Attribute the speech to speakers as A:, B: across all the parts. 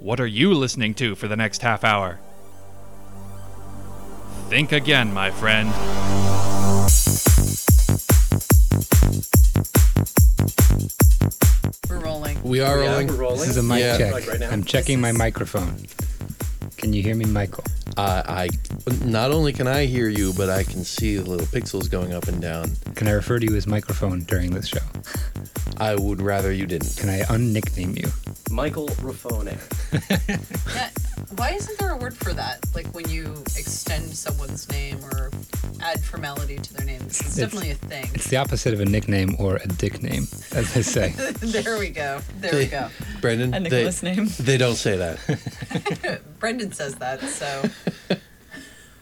A: What are you listening to for the next half hour? Think again, my friend.
B: We're rolling.
C: We are
D: Yeah,
C: rolling.
D: we're rolling.
E: This is a mic
C: Yeah.
E: check.
D: Like right now?
E: I'm checking my microphone. Can you hear me, Michael?
C: Uh, I not only can I hear you, but I can see the little pixels going up and down.
E: Can I refer to you as microphone during this show?
C: I would rather you didn't.
E: Can I unnickname you?
D: Michael Raffone.
B: Yeah, why isn't there a word for that? Like when you extend someone's name or add formality to their name. This is
E: It's-
B: definitely a thing.
E: It's the opposite of a nickname or a dick name, as they say.
B: there we go. There we go.
C: Brendan,
F: A
C: they,
F: Nicholas name.
C: they don't say that.
B: Brendan says that, so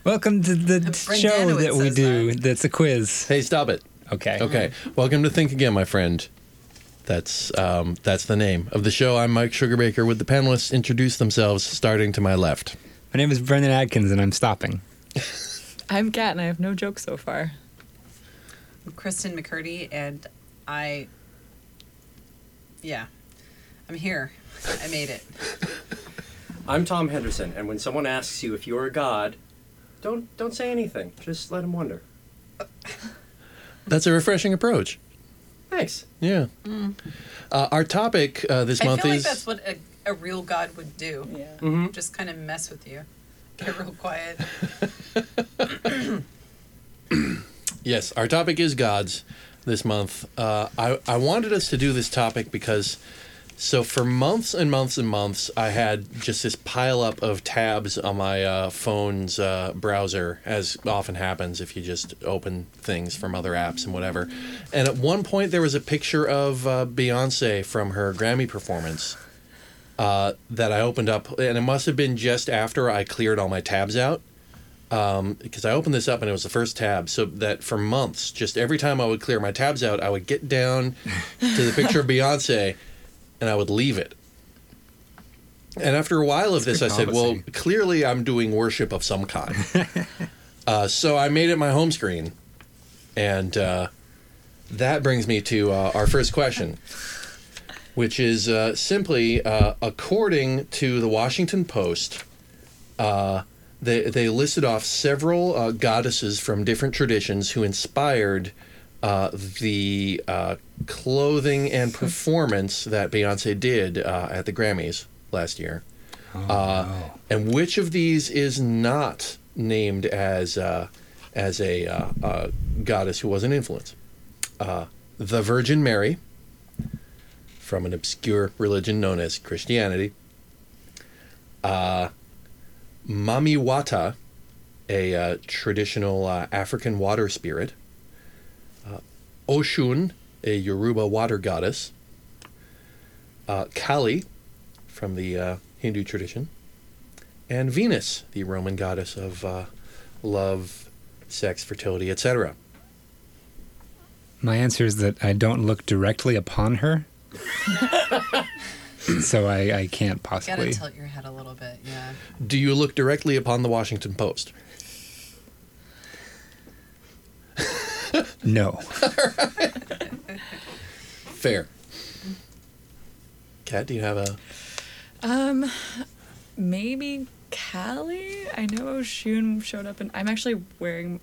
E: Welcome to the show
B: Brendanowitz
E: that we
B: says
E: do. That's a quiz.
C: hey, stop it.
E: Okay.
C: Okay, welcome to Think Again, my friend. That's um, that's the name of the show. I'm Mike Sugarbaker. Would the panelists introduce themselves, starting to my left?
E: My name is Brendan Adkins, and I'm stopping.
F: I'm Kat, and I have no joke so far.
B: I'm Kristen McCurdy and I Yeah. I'm here. I made it.
D: I'm Tom Henderson, and when someone asks you if you're a god, don't don't say anything. Just let them wonder.
C: That's a refreshing approach.
D: Thanks.
C: Yeah.
B: Mm.
C: Uh, our topic uh, this
B: I
C: month
B: feel like
C: is
B: that's what a, a real god would do.
F: Yeah.
B: Just kind of mess with you. Get real quiet.
C: Yes, our topic is gods this month. Uh, I, I wanted us to do this topic because, so for months and months and months, I had just this pile up of tabs on my uh, phone's uh, browser, as often happens if you just open things from other apps and whatever. And at one point, there was a picture of uh, Beyonce from her Grammy performance. Uh, that I opened up, and it must have been just after I cleared all my tabs out because I opened this up and it was the first tab, so that for months, just every time I would clear my tabs out, I would get down to the picture of Beyonce and I would leave it. And after a while of this, I
E: good
C: said, well,
E: policy.
C: clearly I'm doing worship of some kind. uh, so I made it my home screen. And uh, that brings me to uh, our first question, which is uh, simply uh, according to the Washington Post uh, they they listed off several uh, goddesses from different traditions who inspired uh, the uh, clothing and performance that Beyonce did uh, at the Grammys last year. uh, And which of these is not named as uh, as a uh, uh, goddess who was an influence? Uh, the Virgin Mary, from an obscure religion known as Christianity. Uh, Mamiwata, a uh, traditional uh, African water spirit. Uh, Oshun, a Yoruba water goddess. Uh, Kali, from the uh, Hindu tradition. And Venus, the Roman goddess of uh, love, sex, fertility, etc.
E: My answer is that I don't look directly upon her. so I, I can't
B: Gotta
E: possibly.
B: tilt your head a little bit, yeah.
C: Do you look directly upon the Washington Post?
E: No.
C: Fair. Kat, do you have a.
F: Um, maybe Callie. I know Shun showed up, and I'm actually wearing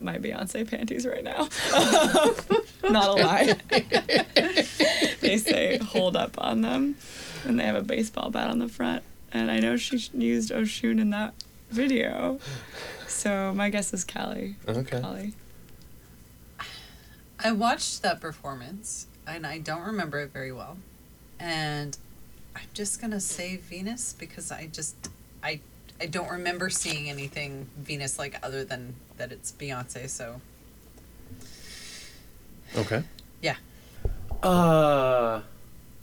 F: my Beyonce panties right now. Not a lie. they say hold up on them, and they have a baseball bat on the front. And I know she used Oshun in that video, so my guess is Callie.
C: Okay.
F: Callie.
B: I watched that performance and I don't remember it very well. And I'm just going to say Venus because I just I I don't remember seeing anything Venus like other than that it's Beyonce, so
C: Okay.
B: yeah.
D: Uh,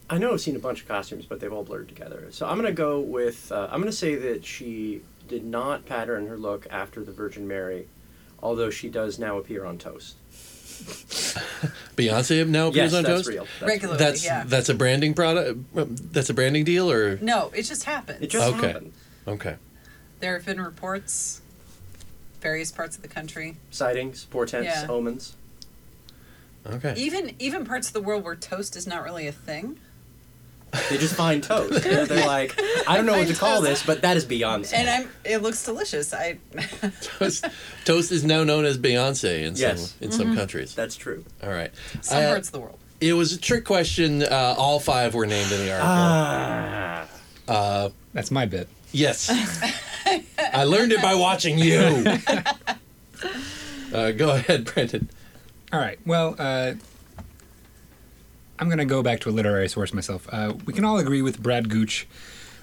D: I know I've seen a bunch of costumes, but they've all blurred together. So I'm gonna go with. Uh, I'm gonna say that she did not pattern her look after the Virgin Mary, although she does now appear on Toast.
C: Beyonce now appears
D: yes,
C: on
D: that's
C: Toast?
D: real. That's
B: Regular.
D: real.
C: That's
B: yeah.
C: that's a branding product. That's a branding deal, or
B: No, it just happened.
D: It just
C: Okay.
D: happened.
C: okay,
B: there have been reports various parts of the country.
D: Sightings, portents,
B: Yeah.
D: omens.
C: okay.
B: Even even parts of the world where toast is not really a thing.
D: They just find toast. You know, they're like, I don't know what to
B: Find
D: call
B: toast.
D: this, but that is Beyonce.
B: And I'm. It looks delicious. I.
C: Toast, toast is now known as Beyonce in
D: Yes.
C: some in some countries.
D: That's true.
C: All right.
B: Mm-hmm. some
C: Uh,
B: parts of the world.
C: It was a trick question. Uh, all five were named in the article.
D: Ah.
E: That's my bit.
C: Yes. I learned it by watching you. Uh, go ahead, Brendan.
E: All right. Well, uh, I'm going to go back to a literary source myself. Uh, we can all agree with Brad Gooch,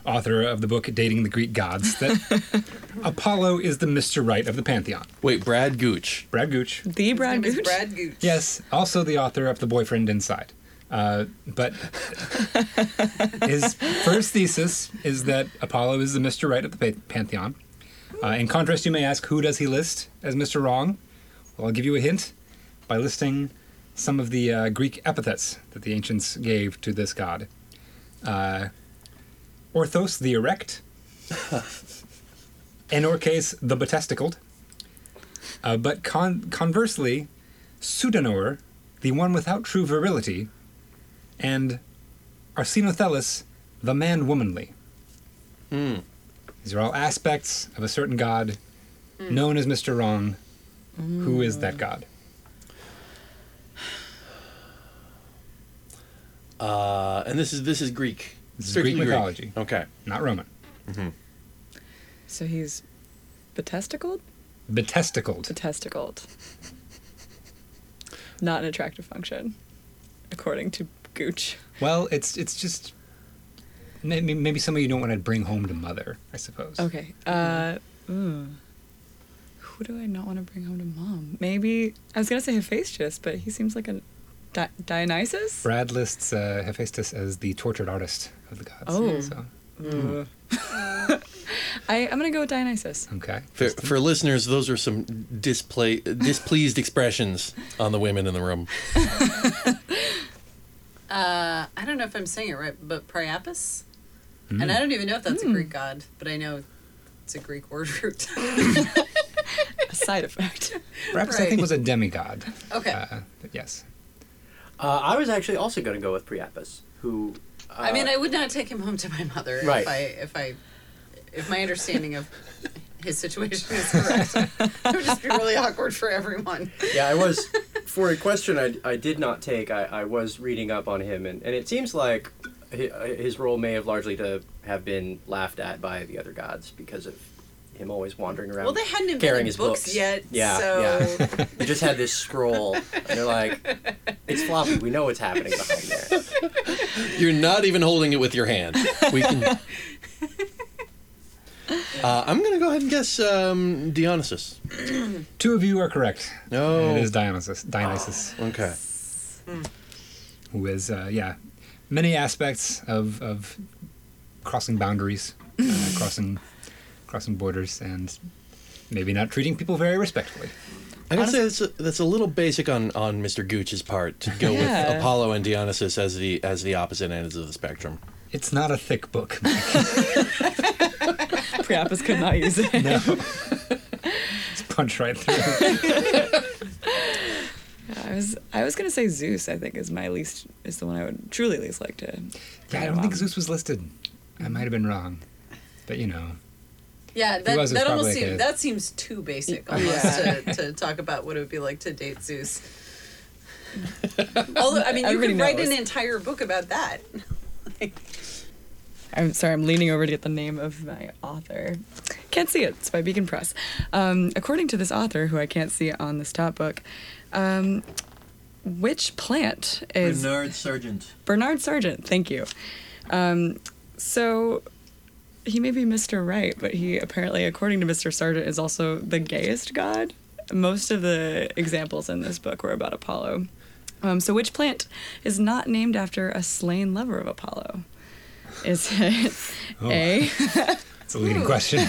E: author of the book Dating the Greek Gods, that Apollo is the Mr. Right of the Pantheon.
C: Wait, Brad Gooch.
E: Brad Gooch.
F: The Brad
B: His name
F: Gooch.
B: is Brad Gooch.
E: Yes, also the author of The Boyfriend Inside. Uh, but his first thesis is that Apollo is the Mr. Right of the pa- Pantheon. Uh, in contrast, you may ask, who does he list as Mr. Wrong? Well, I'll give you a hint by listing some of the uh, Greek epithets that the ancients gave to this god uh, Orthos the Erect, Enorches the Betesticled. Uh, but con- conversely, Pseudonor, the one without true virility, and Arsinothelis, the man womanly. These are all aspects of a certain god
F: Hmm.
E: known as Mr. Wrong. Who is that god?
C: Uh, and this is this is Greek.
E: This is
C: Strictly
E: Greek mythology.
C: Okay.
E: Not Roman.
F: So he's betesticled?
E: Betesticled.
F: Betesticled. Not an attractive function, according to Gooch.
E: Well, it's it's just maybe, maybe some of you don't want to bring home to mother, I suppose.
F: Okay. Uh, mm. Who do I not want to bring home to mom? Maybe, I was going to say Hephaestus, but he seems like a Di- Dionysus?
E: Brad lists uh, Hephaestus as the tortured artist of the gods.
F: Oh.
E: So,
F: Ugh. I, I'm going to go with Dionysus.
E: okay.
C: For, for listeners, those are some display displeased expressions on the women in the room.
B: Uh, I don't know if I'm saying it right, but Priapus. And I don't even know if that's a Greek god, but I know it's a Greek word root.
F: A side effect.
E: Perhaps I
B: Right.
E: think was a demigod.
B: okay.
E: Uh, but yes.
D: Uh, I was actually also going to go with Priapus, who. Uh,
B: I mean, I would not take him home to my mother
D: Right.
B: if I if I if my understanding of his situation is correct. it would just be really awkward for everyone.
D: yeah, I was for a question I, I did not take. I, I was reading up on him, and, and it seems like hi- uh, his role may have largely to have been laughed at by the other gods because of him always wandering around.
B: Well, they hadn't invented
D: carrying his
B: books, yet,
D: Yeah,
B: so
D: yeah. He just had this scroll, and they're like, "It's floppy. We know what's happening behind there."
C: You're not even holding it with your hand. We can. Uh, I'm gonna go ahead and guess um, Dionysus.
E: Two of you are correct.
C: Oh.
E: It is Dionysus. Dionysus,
C: Okay.
E: who is, uh, yeah, many aspects of, of crossing boundaries, uh, crossing crossing borders, and maybe not treating people very respectfully.
C: I gotta say that's a, that's a little basic on, on Mr. Gooch's part to go with
F: Yeah.
C: Apollo and Dionysus as the as the opposite ends of the spectrum.
E: It's not a thick book.
F: Priapus could not use it.
E: No. it's punched right through.
F: I was I was gonna say Zeus. I think is my least is the one I would truly least like to.
E: Yeah, I don't think Zeus was listed. I might have been wrong. But, you know,
B: yeah, that,
E: was- it's
B: that almost
E: probably like
B: seems
E: a-
B: that seems too basic almost to, to talk about what it would be like to date Zeus. Although I mean, you
F: Everybody
B: could write
F: knows.
B: an entire book about that.
F: I'm sorry. I'm leaning over to get the name of my author. Can't see it. It's by Beacon Press. Um, according to this author, who I can't see on this top book, um, which plant is
C: Sargent.
F: Bernard Sargent. Thank you. Um, so he may be Mr. Right, but he apparently, according to Mr. Sargent, is also the gayest god. Most of the examples in this book were about Apollo. Um, so, which plant is not named after a slain lover of Apollo? Is it
E: Oh.
F: A?
E: it's a leading question.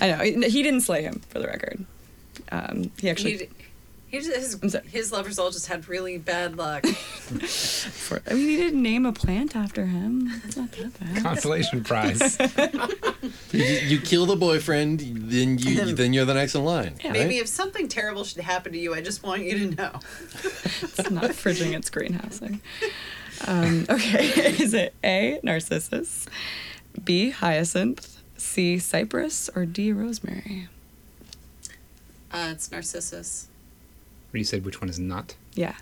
F: I know he didn't slay him, for the record. Um, he actually
B: He, he just,
F: I'm
B: his,
F: sorry.
B: his lovers all just had really bad luck.
F: For, I mean, he didn't name a plant after him. It's not that bad.
E: Consolation prize.
C: You, you kill the boyfriend, then you then you're the next in line.
F: Yeah.
C: right?
B: Maybe if something terrible should happen to you, I just want you to know.
F: It's not fridging, it's greenhousing. Um, okay, is it A, Narcissus, B, Hyacinth, C, Cypress, or D, Rosemary?
B: Uh, it's Narcissus.
E: Or you said which one is not?
F: Yeah.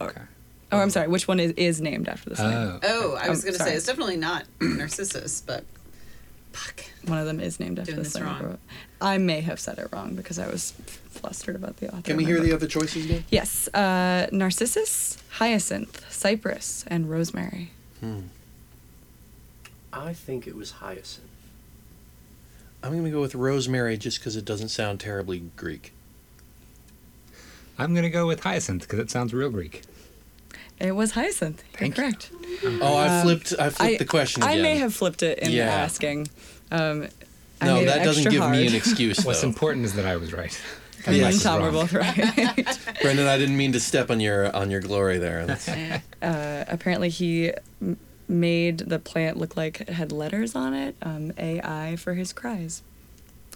E: Okay.
F: Oh, I'm sorry, which one is, is named after this name?
E: Oh.
B: Oh, I
F: Oh,
B: was going to
F: sorry.
B: say it's definitely not Narcissus, but fuck.
F: One of them is named after
B: Doing
F: this
B: this
F: name.
B: wrong.
F: I may have said it wrong because I was flustered about the author.
C: Can
F: of
C: we
F: my
C: hear
F: book.
C: the other choices again?
F: Yes, uh, Narcissus, Hyacinth, Cypress, and Rosemary.
D: I think it was Hyacinth.
C: I'm going to go with rosemary just because it doesn't sound terribly Greek.
E: I'm going to go with Hyacinth because it sounds real Greek.
F: It was Hyacinth. You're
E: Thank you.
F: correct.
C: Oh, I flipped. I flipped the question
F: Um, I
C: again.
F: may have flipped it in
C: Yeah.
F: the asking. Um, I
C: No,
F: made it
C: that doesn't
F: extra
C: give me
F: hard.
C: an excuse.
E: What's
C: though.
E: important is that I was right.
F: Me
E: Unless
F: and
E: it's
F: Tom were
E: wrong.
F: both right.
C: Brendan, I didn't mean to step on your on your glory there. That's-
B: Eh.
F: uh, apparently, he m- made the plant look like it had letters on it. Um, AI for his cries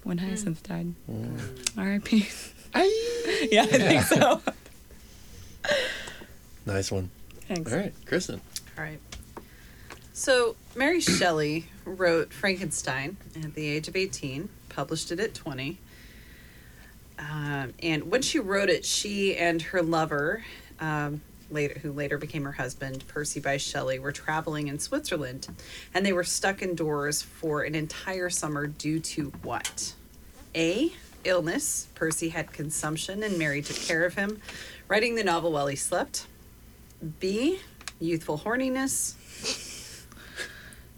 C: Hmm.
F: when Hyacinth died. R.I.P. yeah, I think so.
C: nice one.
F: Thanks.
C: All right, Kristen.
B: All right. So, Mary Shelley wrote Frankenstein at the age of 18, published it at 20. Um, and when she wrote it, she and her lover, um, later, who later became her husband, Percy by Shelley, were traveling in Switzerland and they were stuck indoors for an entire summer due to what? A. Illness. Percy had consumption and Mary took care of him, writing the novel while he slept. B, youthful horniness.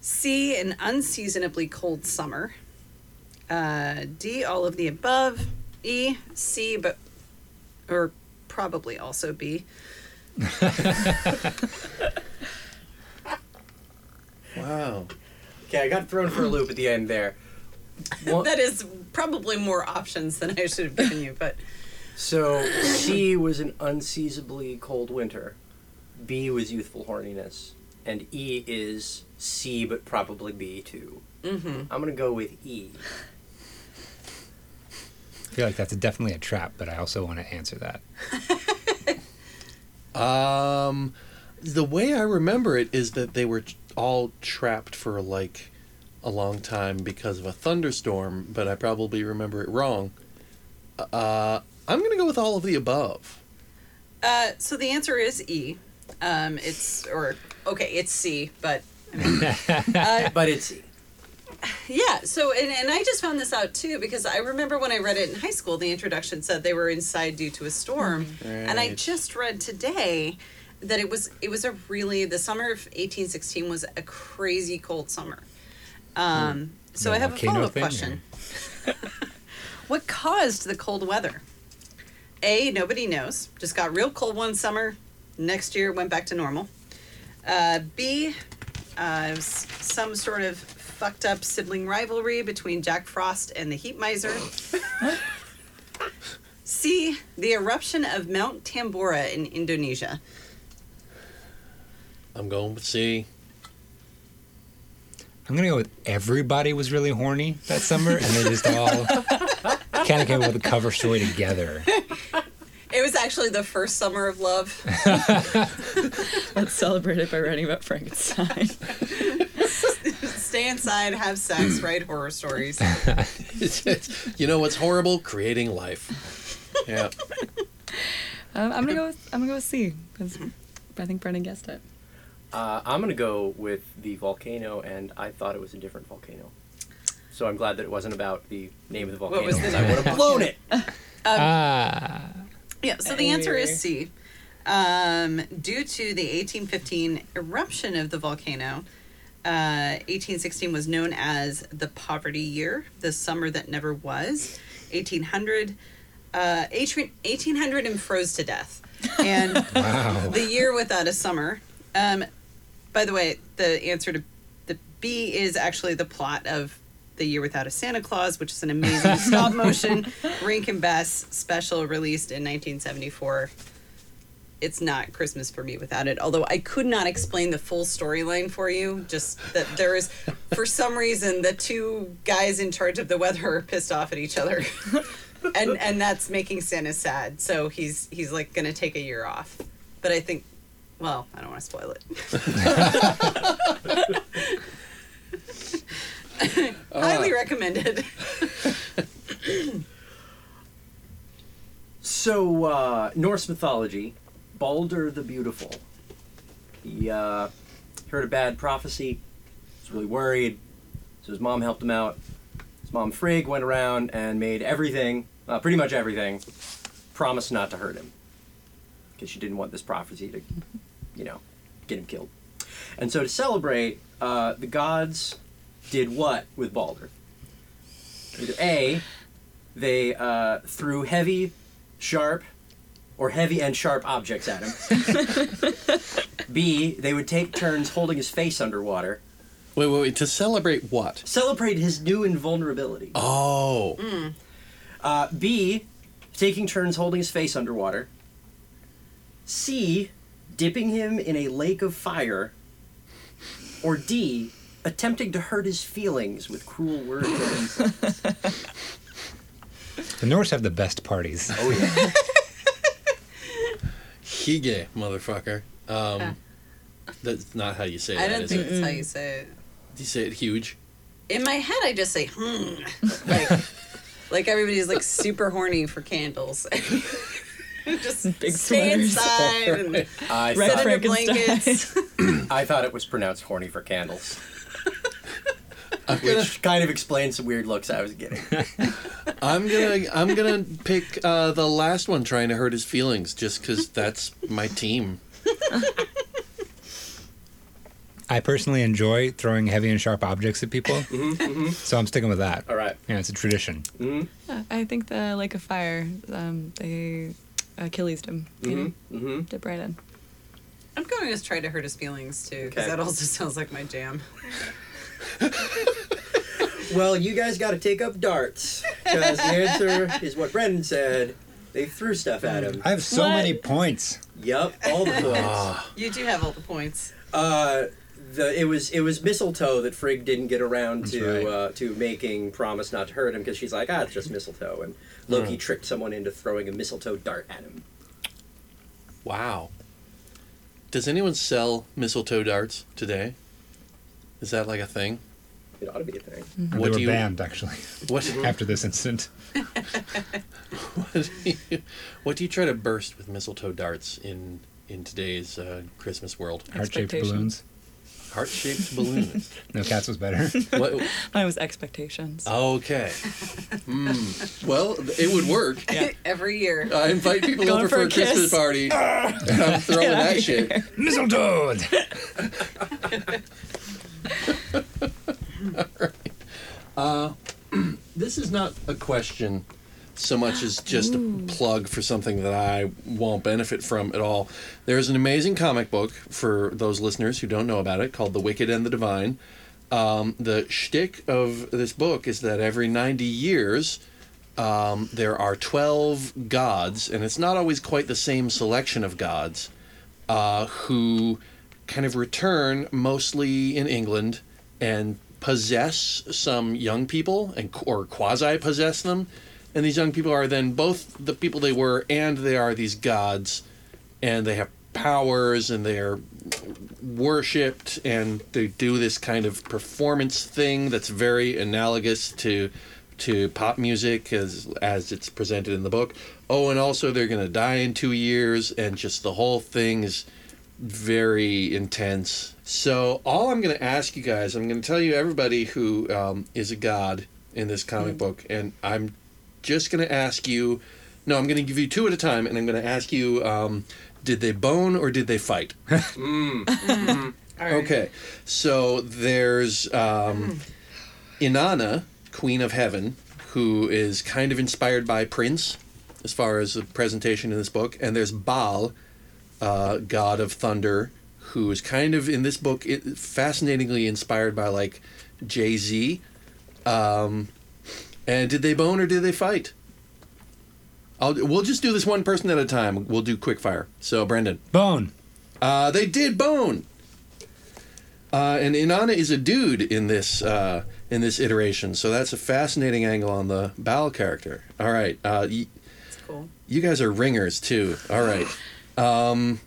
B: C, an unseasonably cold summer. Uh, D, all of the above. E, C, but, or probably also B.
C: Wow.
D: Okay, I got thrown for a loop at the end there. Well,
B: That is probably more options than I should have given you, but
D: so C was an unseasonably cold winter. B was youthful horniness, and E is C, but probably B too. Mm-hmm. I'm gonna go with E.
E: I feel like that's definitely a trap, but I also want to answer that.
C: Um, the way I remember it is that they were t- all trapped for like a long time because of a thunderstorm, but I probably remember it wrong. Uh, I'm gonna go with all of the above.
B: Uh, so the answer is E. Um, it's or okay, it's C, but
D: But it's E.
B: Yeah, so and, and I just found this out too because I remember when I read it in high school, the introduction said they were inside due to a storm,
E: Mm-hmm.
B: and I
C: Right.
B: just read today that it was it was a really the summer of eighteen sixteen was a crazy cold summer. Um, so
E: Hmm. The
B: I have a
E: volcano
B: follow up
E: thing,
B: question: What caused the cold weather? A nobody knows. Just got real cold one summer. Next year it went back to normal. Uh, B, uh, s- some sort of fucked up sibling rivalry between Jack Frost and the Heat Miser. C, the eruption of Mount Tambora in Indonesia.
C: I'm going with C.
E: I'm going to go with everybody was really horny that summer, and they just all kind of came up with a cover story together.
B: It was actually the first summer of love.
F: Let's celebrate it by writing about Frankenstein.
B: Stay inside, have sex, write horror stories.
C: you know what's horrible? Creating life. Yeah.
F: Um, I'm gonna go. With, I'm gonna go with C because
C: Mm-hmm.
F: I think Brennan guessed it.
D: Uh, I'm gonna go with the volcano, and I thought it was a different volcano. So I'm glad that it wasn't about the name of the volcano.
B: What was the
D: 'cause
B: name
D: I
B: of
D: would
B: the
D: have blown it.
E: Ah.
B: Yeah, so the answer is C. Um, due to the 1815 eruption of the volcano, uh, 1816 was known as the poverty year, the summer that never was. 1800, uh, 18, 1800 and froze to death. And
E: Wow.
B: the year without a summer. Um, by the way, the answer to the B is actually the plot of The Year Without a Santa Claus, which is an amazing stop motion Rankin Bass special released in 1974. It's not Christmas for me without it. Although I could not explain the full storyline for you, just that there is, for some reason, the two guys in charge of the weather are pissed off at each other, and and that's making Santa sad. So he's he's like gonna take a year off, but I think Well, I don't want to spoil it. Highly recommended.
D: So, uh, Norse mythology, Balder the Beautiful. He uh, heard a bad prophecy, was really worried, so his mom helped him out. His mom Frigg went around and made everything, uh, pretty much everything, promise not to hurt him. Because she didn't want this prophecy to, you know, get him killed. And so to celebrate, uh, the gods did what with Balder? Either A, they uh, threw heavy sharp, or heavy and sharp objects at him. B, they would take turns holding his face underwater,
C: Wait, wait, wait. To celebrate what?
D: celebrate his new invulnerability.
C: Oh,
D: Uh, B, taking turns holding his face underwater. C, dipping him in a lake of fire. Or D, attempting to hurt his feelings with cruel words. and insults.
E: The Norse have the best parties.
D: oh yeah.
C: Hige, motherfucker. Um, That's not how you say
B: I
C: that,
B: don't
C: is
B: think
C: it?
B: that's how you say it.
C: You say it huge.
B: In my head, I just say hmm, like like everybody's like super horny for candles. just
F: Big
B: stay
F: sweaters.
B: inside and
D: I,
F: Red
B: sit
D: thought,
B: under
F: Frankenstein.
B: blankets.
D: I thought it was pronounced horny for candles.
C: Which
D: Which kind of explains the weird looks I was getting.
C: I'm gonna I'm gonna pick uh, the last one, trying to hurt his feelings, just because that's my team.
E: I personally enjoy throwing heavy and sharp objects at people,
C: Mm-hmm,
E: so I'm sticking with that.
D: All right.
E: Yeah, it's a tradition.
F: Yeah, I think the Lake of Fire, um, they Achilles him.
D: Mm-hmm.
F: Dip right in.
B: I'm going to try to hurt his feelings too, because
D: Okay.
B: that also sounds like my jam.
D: Well, you guys got to take up darts because the answer is what Brendan said. They threw stuff at him.
E: I have so
F: What?
E: many points.
D: Yep, all the points.
C: Ah,
B: You do have all the points.
D: Uh, the it was it was mistletoe that Frigg didn't get around to
E: right.
D: uh, to making promise not to hurt him because she's like ah it's just mistletoe and Loki tricked someone into throwing a mistletoe dart at him.
C: wow. Does anyone sell mistletoe darts today? Is that like a thing?
D: It ought to be a thing.
E: And
C: What
E: they were
C: do you- Mm-hmm.
E: banned actually
C: What
E: after this incident.
C: what, do you, what do you try to burst with mistletoe darts in in today's uh, Christmas world?
E: Heart-shaped
F: Expectations.
E: balloons.
C: Heart shaped balloons.
E: No, cats was better.
C: what,
F: Mine was expectations.
C: Oh. okay. Mm. Well, it would work.
B: Every year.
C: I invite people
F: Going
C: over
F: for
C: for a
F: a kiss.
C: Christmas party. I'm throwing
F: Get outta
C: that shit.
F: here.
E: Mistletoe.
C: This is not a question so much as just a plug for something that I won't benefit from at all. There's an amazing comic book for those listeners who don't know about it called The Wicked and the Divine. Um, the shtick of this book is that every 90 years, um, there are 12 gods, and it's not always quite the same selection of gods uh, who kind of return mostly in England and possess some young people and or quasi possess them. And these young people are then both the people they were and they are these gods and they have powers and they're worshipped and they do this kind of performance thing that's very analogous to to pop music as as it's presented in the book. Oh, and also they're going to die in 2 years and just the whole thing is very intense. So all I'm going to ask you guys, I'm going to tell you everybody who um, is a god in this comic book, and I'm just going to ask you. No, I'm going to give you two at a time, and I'm going to ask you: um, Did they bone or did they fight? Okay, so there's um, Inanna, Queen of Heaven, who is kind of inspired by Prince, as far as the presentation in this book, and there's Baal, uh, God of Thunder, who is kind of in this book it, fascinatingly inspired by like Jay Z. Um, and did they bone or did they fight? I'll, we'll just do this one person at a time. We'll do quick fire. So, Brendan.
E: Bone.
C: Uh, they did bone. Uh, and Inanna is a dude in this uh, in this iteration, so that's a fascinating angle on the Bal character. All right, uh, y-
B: It's cool.
C: you guys are ringers too. All right, um,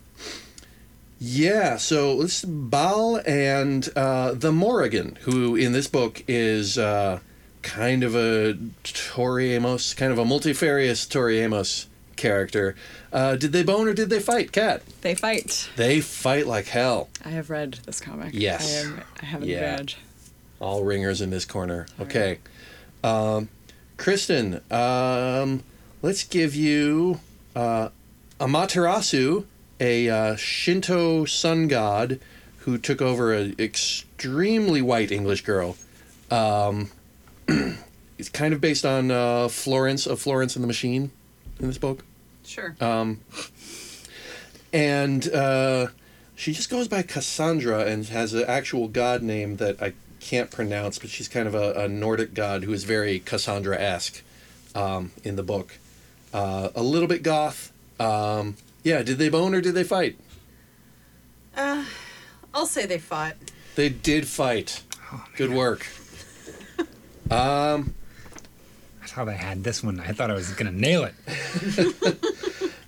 C: Yeah, so this is Baal and uh, the Morrigan, who in this book is uh, kind of a Toriamos, kind of a multifarious Toriamos character. Uh, did they bone or did they fight? Cat.
F: They fight.
C: They fight like hell.
F: I have read this comic.
C: Yes.
F: I, am, I have an
C: Yeah.
F: advantage.
C: All ringers in this corner. Okay. Um, Kristen, um, let's give you uh, Amaterasu, a uh, Shinto sun god who took over an extremely white English girl. Um, it's kind of based on uh, Florence of Florence and the Machine in this book
B: Sure.
C: and uh, she just goes by Cassandra and has an actual god name that I can't pronounce, but she's kind of a, a Nordic god who is very Cassandra esque um, in the book. Uh, a little bit goth. Um, yeah, did they bone or did they fight?
B: I'll say they fought.
C: They did fight. Good work.
E: I thought I had this one. I thought I was gonna nail it.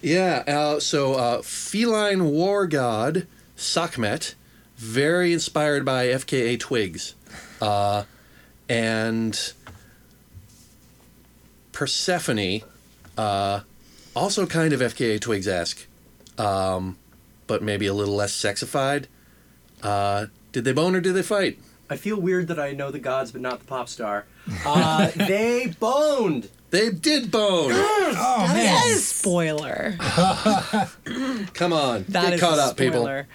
C: Yeah, uh, so uh, feline war god Sakmet, very inspired by FKA Twigs, uh, and Persephone, uh, also kind of FKA Twigs esque, um, but maybe a little less sexified. Uh, did they bone or did they fight?
D: I feel weird that I know the gods but not the pop star. Uh, they boned.
C: They did bone.
E: Oh man,
F: Spoiler.
C: Come on,
F: That
C: get
F: is
C: caught
F: a
C: up, people.
F: spoiler.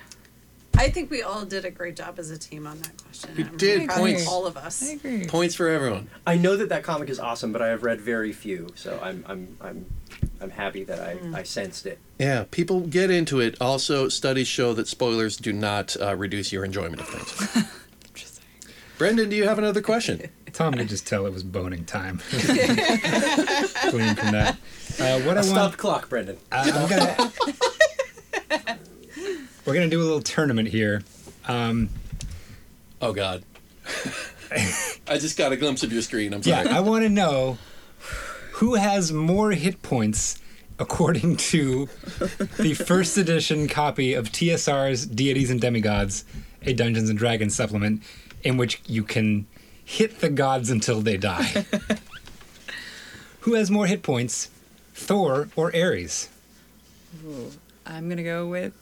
B: I think we all did a great job as a team on that question. We
C: did, points.
B: All of us.
F: I agree.
C: Points for everyone.
D: I know that that comic is awesome, but I have read very few, so I'm I'm I'm, I'm happy that I, I sensed it.
C: Yeah, people get into it. Also, studies show that spoilers do not uh, reduce your enjoyment of things.
F: Interesting.
C: Brendan, do you have another question?
E: Tom could just tell it was boning time. Glean from that. Uh, what I
D: Stop
E: want,
D: the clock, Brendan.
E: uh, I'm gonna, we're gonna do a little tournament here. Um,
C: Oh God, I just got a glimpse of your screen. I'm
E: yeah,
C: sorry.
E: I want to know who has more hit points according to the first edition copy of TSR's Deities and Demigods, a Dungeons and Dragons supplement, in which you can hit the gods until they die. who has more hit points, Thor or Ares?
F: I'm gonna go with.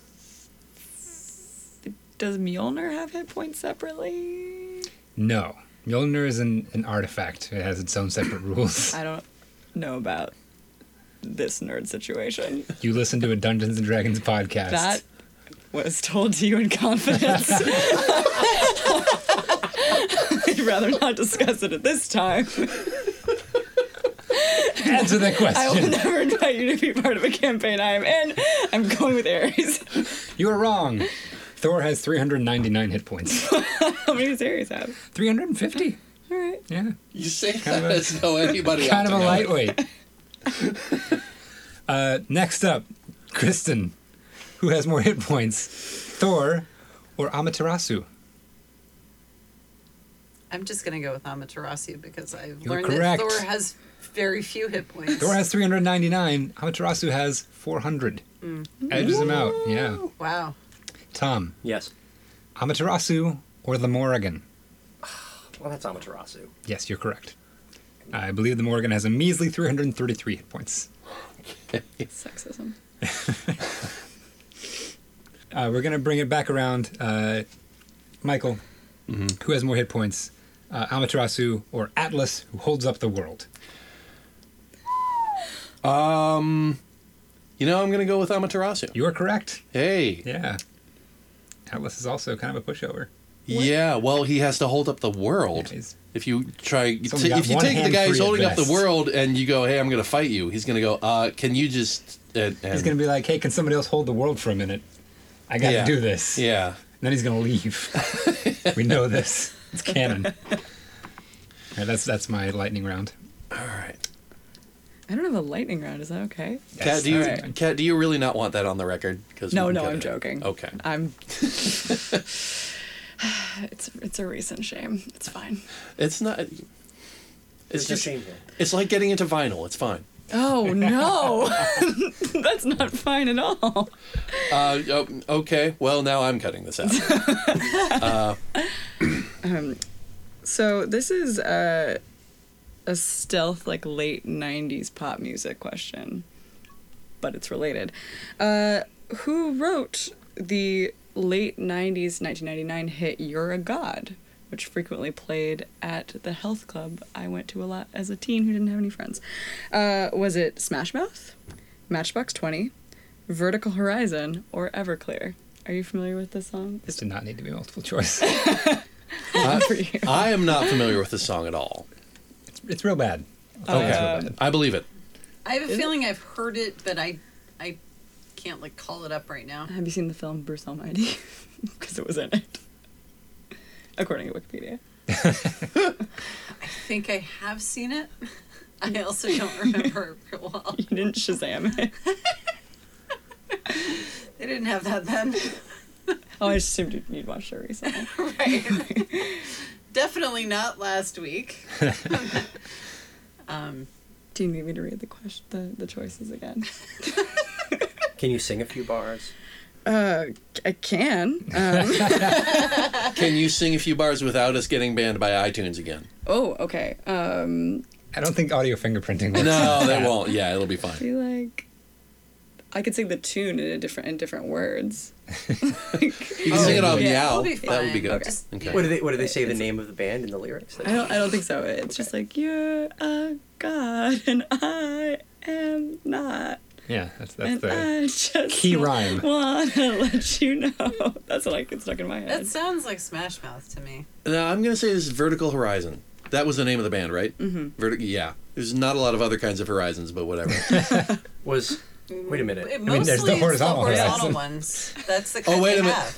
F: Does Mjolnir have hit points separately?
E: No. Mjolnir is an, an artifact. It has its own separate rules.
F: I don't know about this nerd situation.
E: You listen to a Dungeons and Dragons podcast.
F: That was told to you in confidence. I'd rather not discuss it at this time.
E: Answer that
F: I will
E: question.
F: never invite you to be part of a campaign I am in. I'm going with Aries.
E: You are wrong. Thor has 399 hit points.
F: How many does Aries have?
E: 350.
F: All right.
E: Yeah.
C: you say
E: Kind
C: that
E: of a-
C: as though anybody
E: Kind
C: ought to
E: of a
C: know.
E: lightweight. uh, next up, Kristen. Who has more hit points, Thor or Amaterasu?
B: I'm just going to go with Amaterasu because I've
E: You're
B: learned
E: correct.
B: that Thor has very few hit points.
E: Thor has 399. Amaterasu has 400.
C: Mm.
E: Edges him out. Yeah.
B: wow.
E: Tom,
D: Yes.
E: Amaterasu or the Morrigan?
D: Well, that's Amaterasu.
E: Yes, you're correct. I believe the Morgan has a measly 333 hit points.
F: Sexism.
E: Uh, we're going to bring it back around. Uh, Michael,
C: Mm-hmm.
E: who has more hit points? Uh, Amaterasu or Atlas, who holds up the world?
C: You know, I'm gonna go with Amaterasu.
E: You are correct.
C: Hey,
E: Yeah. Atlas is also kind of a pushover.
C: yeah. Well, he has to hold up the world.
E: Yeah, he's-
C: if you try,
E: only
C: t-
E: got
C: if you
E: one
C: take the
E: hand
C: guy who's
E: free at
C: holding up the
E: best.
C: world and you go, "Hey, I'm gonna fight you," he's gonna go, "Uh, can you just?" And, and,
E: He's going to be like, hey, can somebody else hold the world for a minute? I got to
C: Yeah.
E: do this.
C: Yeah.
E: And then he's going to leave. we know this. It's canon. Yeah, that's, that's my lightning round.
C: All right.
F: I don't have a lightning round. Is that okay?
C: Kat, do you
E: that's fine.
C: Kat, do you really not want that on the record? 'Cause we
F: No,
C: can
F: no,
C: cut
F: I'm
C: it.
F: joking.
C: Okay.
F: I'm. it's it's a recent shame. It's fine.
C: It's not. It's
D: There's no
C: just.
D: shame here.
C: It's like getting into vinyl. It's fine.
F: Oh no, that's not fine at all.
C: Uh, oh, okay, well, now I'm cutting this out.
F: So this is a a stealth like late '90s pop music question, but it's related. Uh, who wrote the late '90s 1999 hit "You're a God"? Which frequently played at the health club I went to a lot as a teen who didn't have any friends. Uh, was it Smash Mouth, Matchbox 20, Vertical Horizon, or Everclear? Are you familiar with this song?
E: This did not need to be multiple choice.
C: I, I am not familiar with this song at all.
E: it's, it's real bad.
C: Okay,
E: It's real bad.
C: I believe it.
B: I have a feeling I've heard it, but I I can't like call it up right now.
F: Have you seen the film Bruce Almighty? Because it was in it. According to Wikipedia.
B: I think I have seen it. I also don't remember it real well.
F: You didn't Shazam it.
B: They didn't have that then.
F: Oh, I just assumed you'd- you'd watched it recently.
B: right. Definitely not last week. um,
F: Do you need me to read the question, the, the choices again?
D: Can you sing a few bars?
F: Uh, I can. Um,
C: Can you sing a few bars without us getting banned by iTunes again?
F: oh, okay. Um,
E: I don't think audio fingerprinting works.
C: No, they won't. Yeah, it'll be fine.
F: be like, I could sing the tune in a different in different words.
C: You
E: Oh,
C: can sing it on
B: yeah,
C: Meow.
B: it'll be
C: Oh, That would be
B: fine.
C: good.
B: Just-
C: Okay.
D: What do they What do they say the name of the band in the lyrics?
F: I don't. I don't think so. It's just like you're a god and I am not.
E: Yeah, that's, that's
F: And uh,
E: the.
F: I just
E: key rhyme.
F: Wanna let you know. That's what I get stuck in my head.
B: that sounds like Smash Mouth to me.
C: No, I'm gonna say this is Vertical Horizon. That was the name of the band, right? Mm-hmm. Verti- yeah. There's not a lot of other kinds of horizons, but whatever.
D: Was wait a minute.
B: It
E: mean, there's
B: mostly
E: the horizontal
B: it's the horizontal
E: horizon.
B: ones. That's the
C: Oh,
B: kind
C: wait
B: they
C: a minute.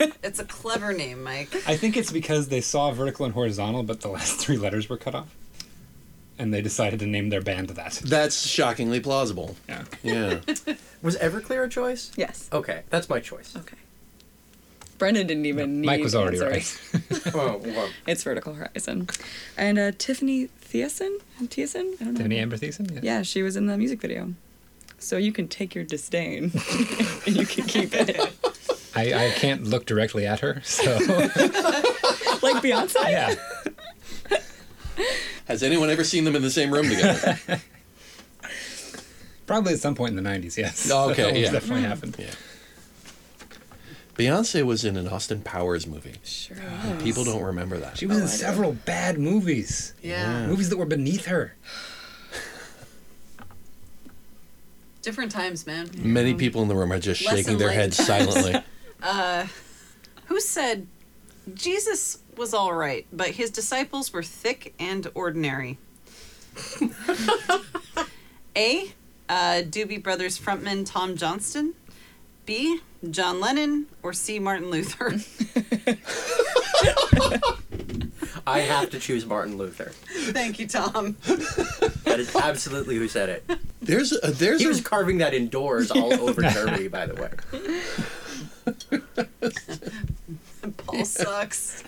B: have. it's a clever name, Mike.
E: I think it's because they saw vertical and horizontal, but the last three letters were cut off, and they decided to name their band that.
C: That's shockingly plausible.
E: Yeah.
C: Yeah.
D: Was Everclear a choice?
F: yes.
D: Okay, that's my choice.
F: Okay. Brendan didn't even need
E: Mike was already
F: answers.
E: right.
D: oh, well,
F: It's Vertical Horizon. And uh, Tiffany Thiessen? Thiessen? I don't know.
E: Tiffany Amber Thiessen?
F: Yeah, she was in the music video. So you can take your disdain and you can keep it.
E: I, I can't look directly at her, so
F: Like Beyonce?
E: yeah.
C: Has anyone ever seen them in the same room together?
E: Probably at some point in the '90s, yes.
C: Okay,
E: That almost
C: yeah.
E: definitely
F: Hmm.
E: happened.
C: Yeah. Beyonce was in an Austin Powers movie.
F: Sure.
C: People don't remember that.
E: She was
F: Oh,
E: in
F: I do.
E: several bad movies,
B: Yeah.
E: movies that were beneath her.
B: Different times, man.
C: Many people in the room are just
B: Less
C: shaking their
B: enlightened.
C: heads silently.
B: Who said Jesus was all right, but his disciples were thick and ordinary? A. Uh, Doobie Brothers frontman Tom Johnston. B. John Lennon. Or C. Martin Luther.
D: I have to choose Martin Luther.
B: Thank you, Tom.
D: That is absolutely who said it.
C: There's a, there's
D: He
C: a
D: was carving that indoors all over Germany, by the way.
B: Paul sucks.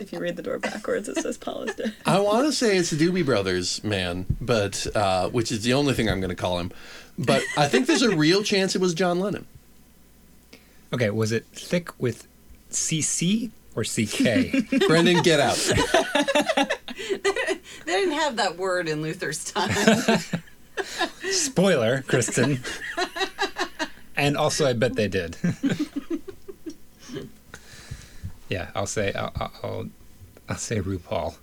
F: If you read the door backwards, it says Paul is dead.
C: I want to say it's the Doobie Brothers, man, but uh, which is the only thing I'm going to call him. But I think there's a real chance it was John Lennon.
E: Okay, was it thick with CC or CK?
C: Brendan, get out.
B: They didn't have that word in Luther's time.
E: Spoiler, Kristen. and also, I bet they did. yeah, I'll say I'll, I'll- I'll I'll say RuPaul.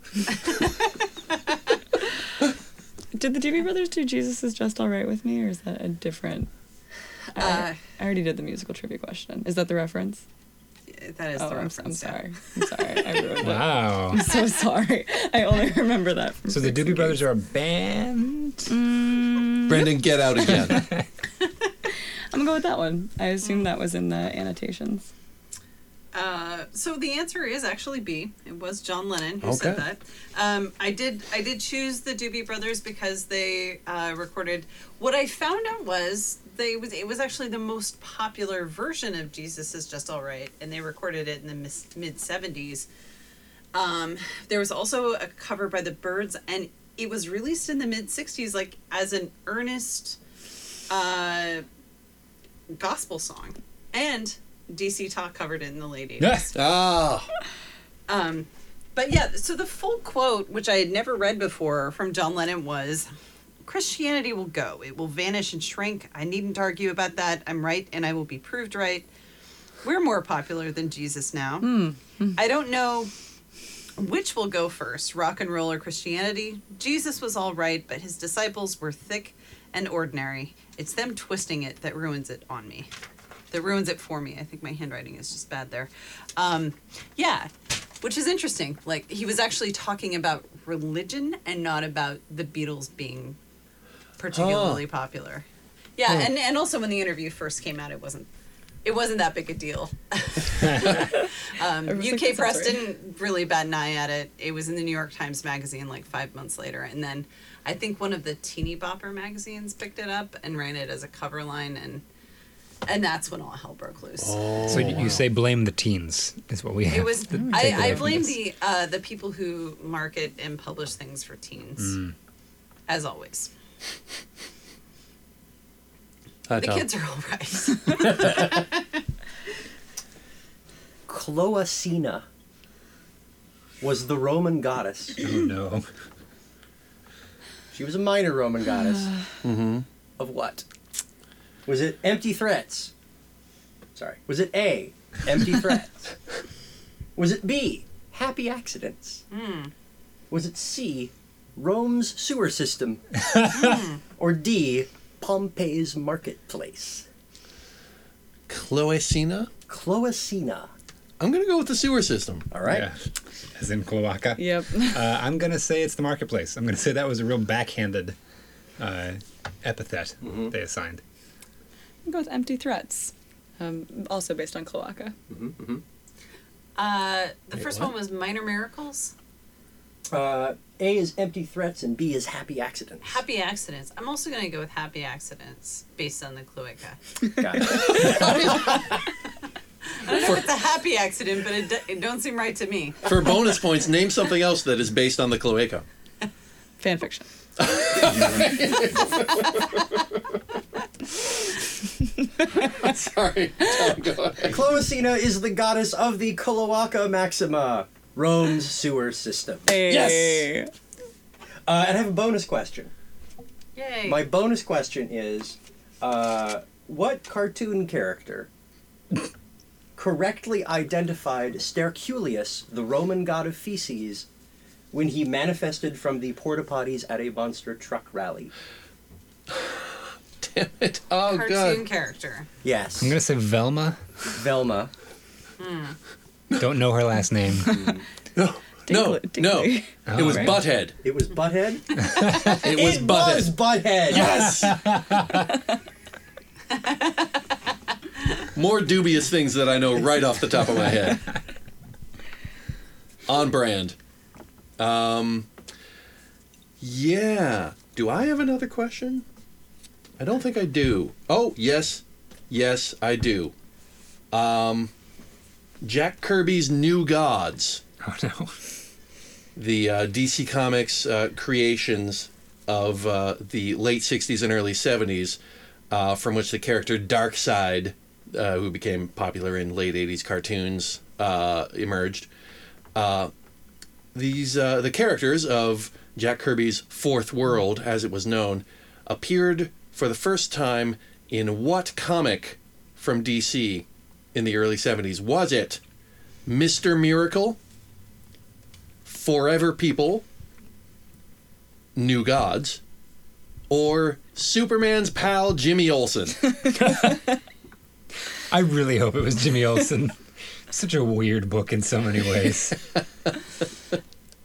F: Did the Doobie Brothers do Jesus is Just All Right with Me, or is that a different?
B: Uh,
F: I already did the musical trivia question. Is that the reference?
B: that is
F: oh,
B: the
F: I'm,
B: reference.
F: I'm
B: yeah.
F: sorry. I'm sorry. I ruined it.
E: Wow.
F: I'm so sorry. I only remember that. From
E: So the
F: Freaks
E: Doobie
F: and
E: Brothers are a
B: Mm-hmm.
E: band.
C: Brendan, get out again.
F: Geeks. I'm gonna go with that one. I assume that was in the annotations.
B: Uh, so the answer is actually B. It was John Lennon who said
C: Okay.
B: that. Um, I did. I did choose the Doobie Brothers because they uh, recorded. What I found out was they was it was actually the most popular version of Jesus is Just All Right, and they recorded it in the mis- mid seventies. Um, there was also a cover by the Birds and it was released in the mid 60s like as an earnest uh, gospel song and DC Talk covered it in the late 80s.
E: Yes.
C: Ah,
B: Um, but yeah, so the full quote, which I had never read before from John Lennon, was Christianity will go, it will vanish and shrink. I needn't argue about that. I'm right and I will be proved right. We're more popular than Jesus now. I don't know which will go first rock and roll or Christianity. Jesus was all right, but his disciples were thick and ordinary. It's them twisting it that ruins it on me. That ruins it for me. I think my handwriting is just bad there. Um, yeah, which is interesting. Like he was actually talking about religion and not about the Beatles being particularly popular. Yeah, and and also when the interview first came out, it wasn't it wasn't that big a deal. um,
F: Everyone's like,
B: UK
F: "That sounds
B: press
F: right."
B: didn't really bat an eye at it. It was in the New York Times magazine like five months later, and then I think one of the Teeny Bopper magazines picked it up and ran it as a cover line, and and that's when all hell broke loose.
E: so you you say blame the teens is what we have.
B: Oh. It was.
E: to Mm. take away
B: I, I
E: from
B: blame
E: this.
B: the uh, the people who market and publish things for teens,
E: Mm.
B: as always.
C: Hi,
B: The
C: Tom.
B: kids are all right.
D: Cloacina was the Roman goddess.
E: Oh no.
D: She was a minor Roman goddess. Of what? Was it empty threats? Sorry. Was it A, empty threats? Was it B, happy accidents? Was it C, Rome's sewer system? or D, Pompey's marketplace?
C: Cloacina.
D: Cloacina.
C: I'm gonna go with the sewer system.
D: All right.
E: Yeah. As in cloaca.
F: Yep.
E: Uh, I'm gonna say it's the marketplace. I'm gonna say that was a real backhanded uh, epithet they assigned.
F: I'll go with empty threats. Um, also based on cloaca.
B: Uh, the
C: Wait,
B: first
C: what?
B: one was Minor Miracles,
D: Uh, A is empty threats and B is happy accidents.
B: Happy Accidents. I'm also going to go with Happy Accidents based on the cloaca.
D: Got it.
B: I don't know if it's a happy accident, but it, do, it don't seem right to me.
C: For bonus points, name something else that is based on the cloaca.
F: Fan fiction.
C: Sorry, Tom, go ahead.
D: Cloacina is the goddess of the Cloaca Maxima, Rome's sewer system.
F: Yes.
D: Uh, and I have a bonus question.
B: Yay.
D: My bonus question is uh, what cartoon character correctly identified Sterculius, the Roman god of feces, when he manifested from the porta potties at a monster truck rally?
C: Damn it. Oh
B: Cartoon character.
D: Yes.
E: I'm gonna say Velma.
D: Velma.
E: Don't know her last name.
C: god. No,
F: Dingle-
C: no,
F: dingly.
C: no. It was
E: Alright.
C: Butthead.
D: It was Butthead?
C: It was Butthead.
D: was Butthead!
C: Yes. More dubious things that I know right off the top of my head. On brand. Um, yeah. Do I have another question? I don't think I do. Oh, yes. Yes, I do. Um, Jack Kirby's New Gods
E: Oh no.
C: the uh, DC Comics uh, creations of uh, the late 60s and early 70s, uh, from which the character Darkseid, uh, who became popular in late 80s cartoons, uh, emerged. Uh, these uh, the characters of Jack Kirby's Fourth World, as it was known, appeared for the first time in what comic from DC in the early 70s? Was it Mr. Miracle? Forever People, New Gods, or Superman's pal Jimmy Olsen.
E: I really hope it was Jimmy Olsen. Such a weird book in so many ways.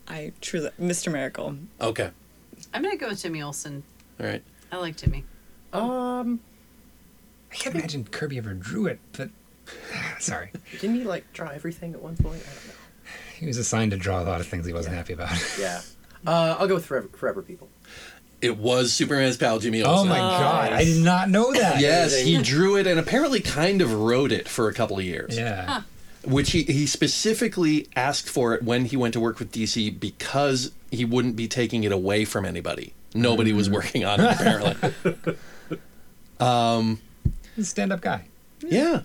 F: I truly, Mr. Miracle.
C: okay.
B: I'm going to go with Jimmy Olsen.
C: All right.
B: I like Jimmy.
D: Um,
E: I can't imagine Kirby ever drew it, but ah, sorry.
D: didn't he like draw everything at one point? I don't know.
E: He was assigned to draw a lot of things he wasn't happy about.
D: Yeah. Uh, I'll go with Forever, Forever People.
C: It was Superman's pal Jimmy
E: Oh
C: Olsen.
E: my god, I did not know that.
C: Yes, he drew it and apparently kind of wrote it for a couple of years.
E: Yeah.
C: which he, he specifically asked for it when he went to work with DC because he wouldn't be taking it away from anybody. Nobody
E: Mm.
C: was working on it apparently.
E: Stand up guy.
C: yeah,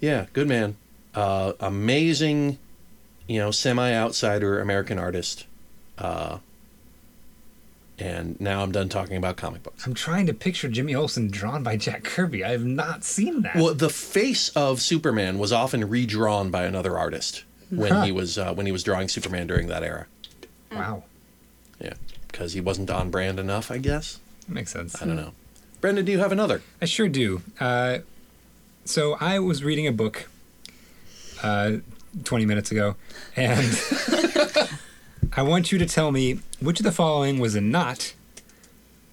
C: yeah, good man, uh, amazing, you know, semi outsider American artist. Uh, and now I'm done talking about comic books.
E: I'm trying to picture Jimmy Olsen drawn by Jack Kirby. I have not seen that.
C: Well, the face of Superman was often redrawn by another artist when
E: Huh.
C: he was uh, when he was drawing Superman during that era.
E: wow.
C: Yeah, because he wasn't on brand enough, I guess.
E: Makes sense.
C: I don't know. Brendan, do you have another?
E: I sure do. Uh, so I was reading a book uh, 20 minutes ago, and I want you to tell me which of the following was not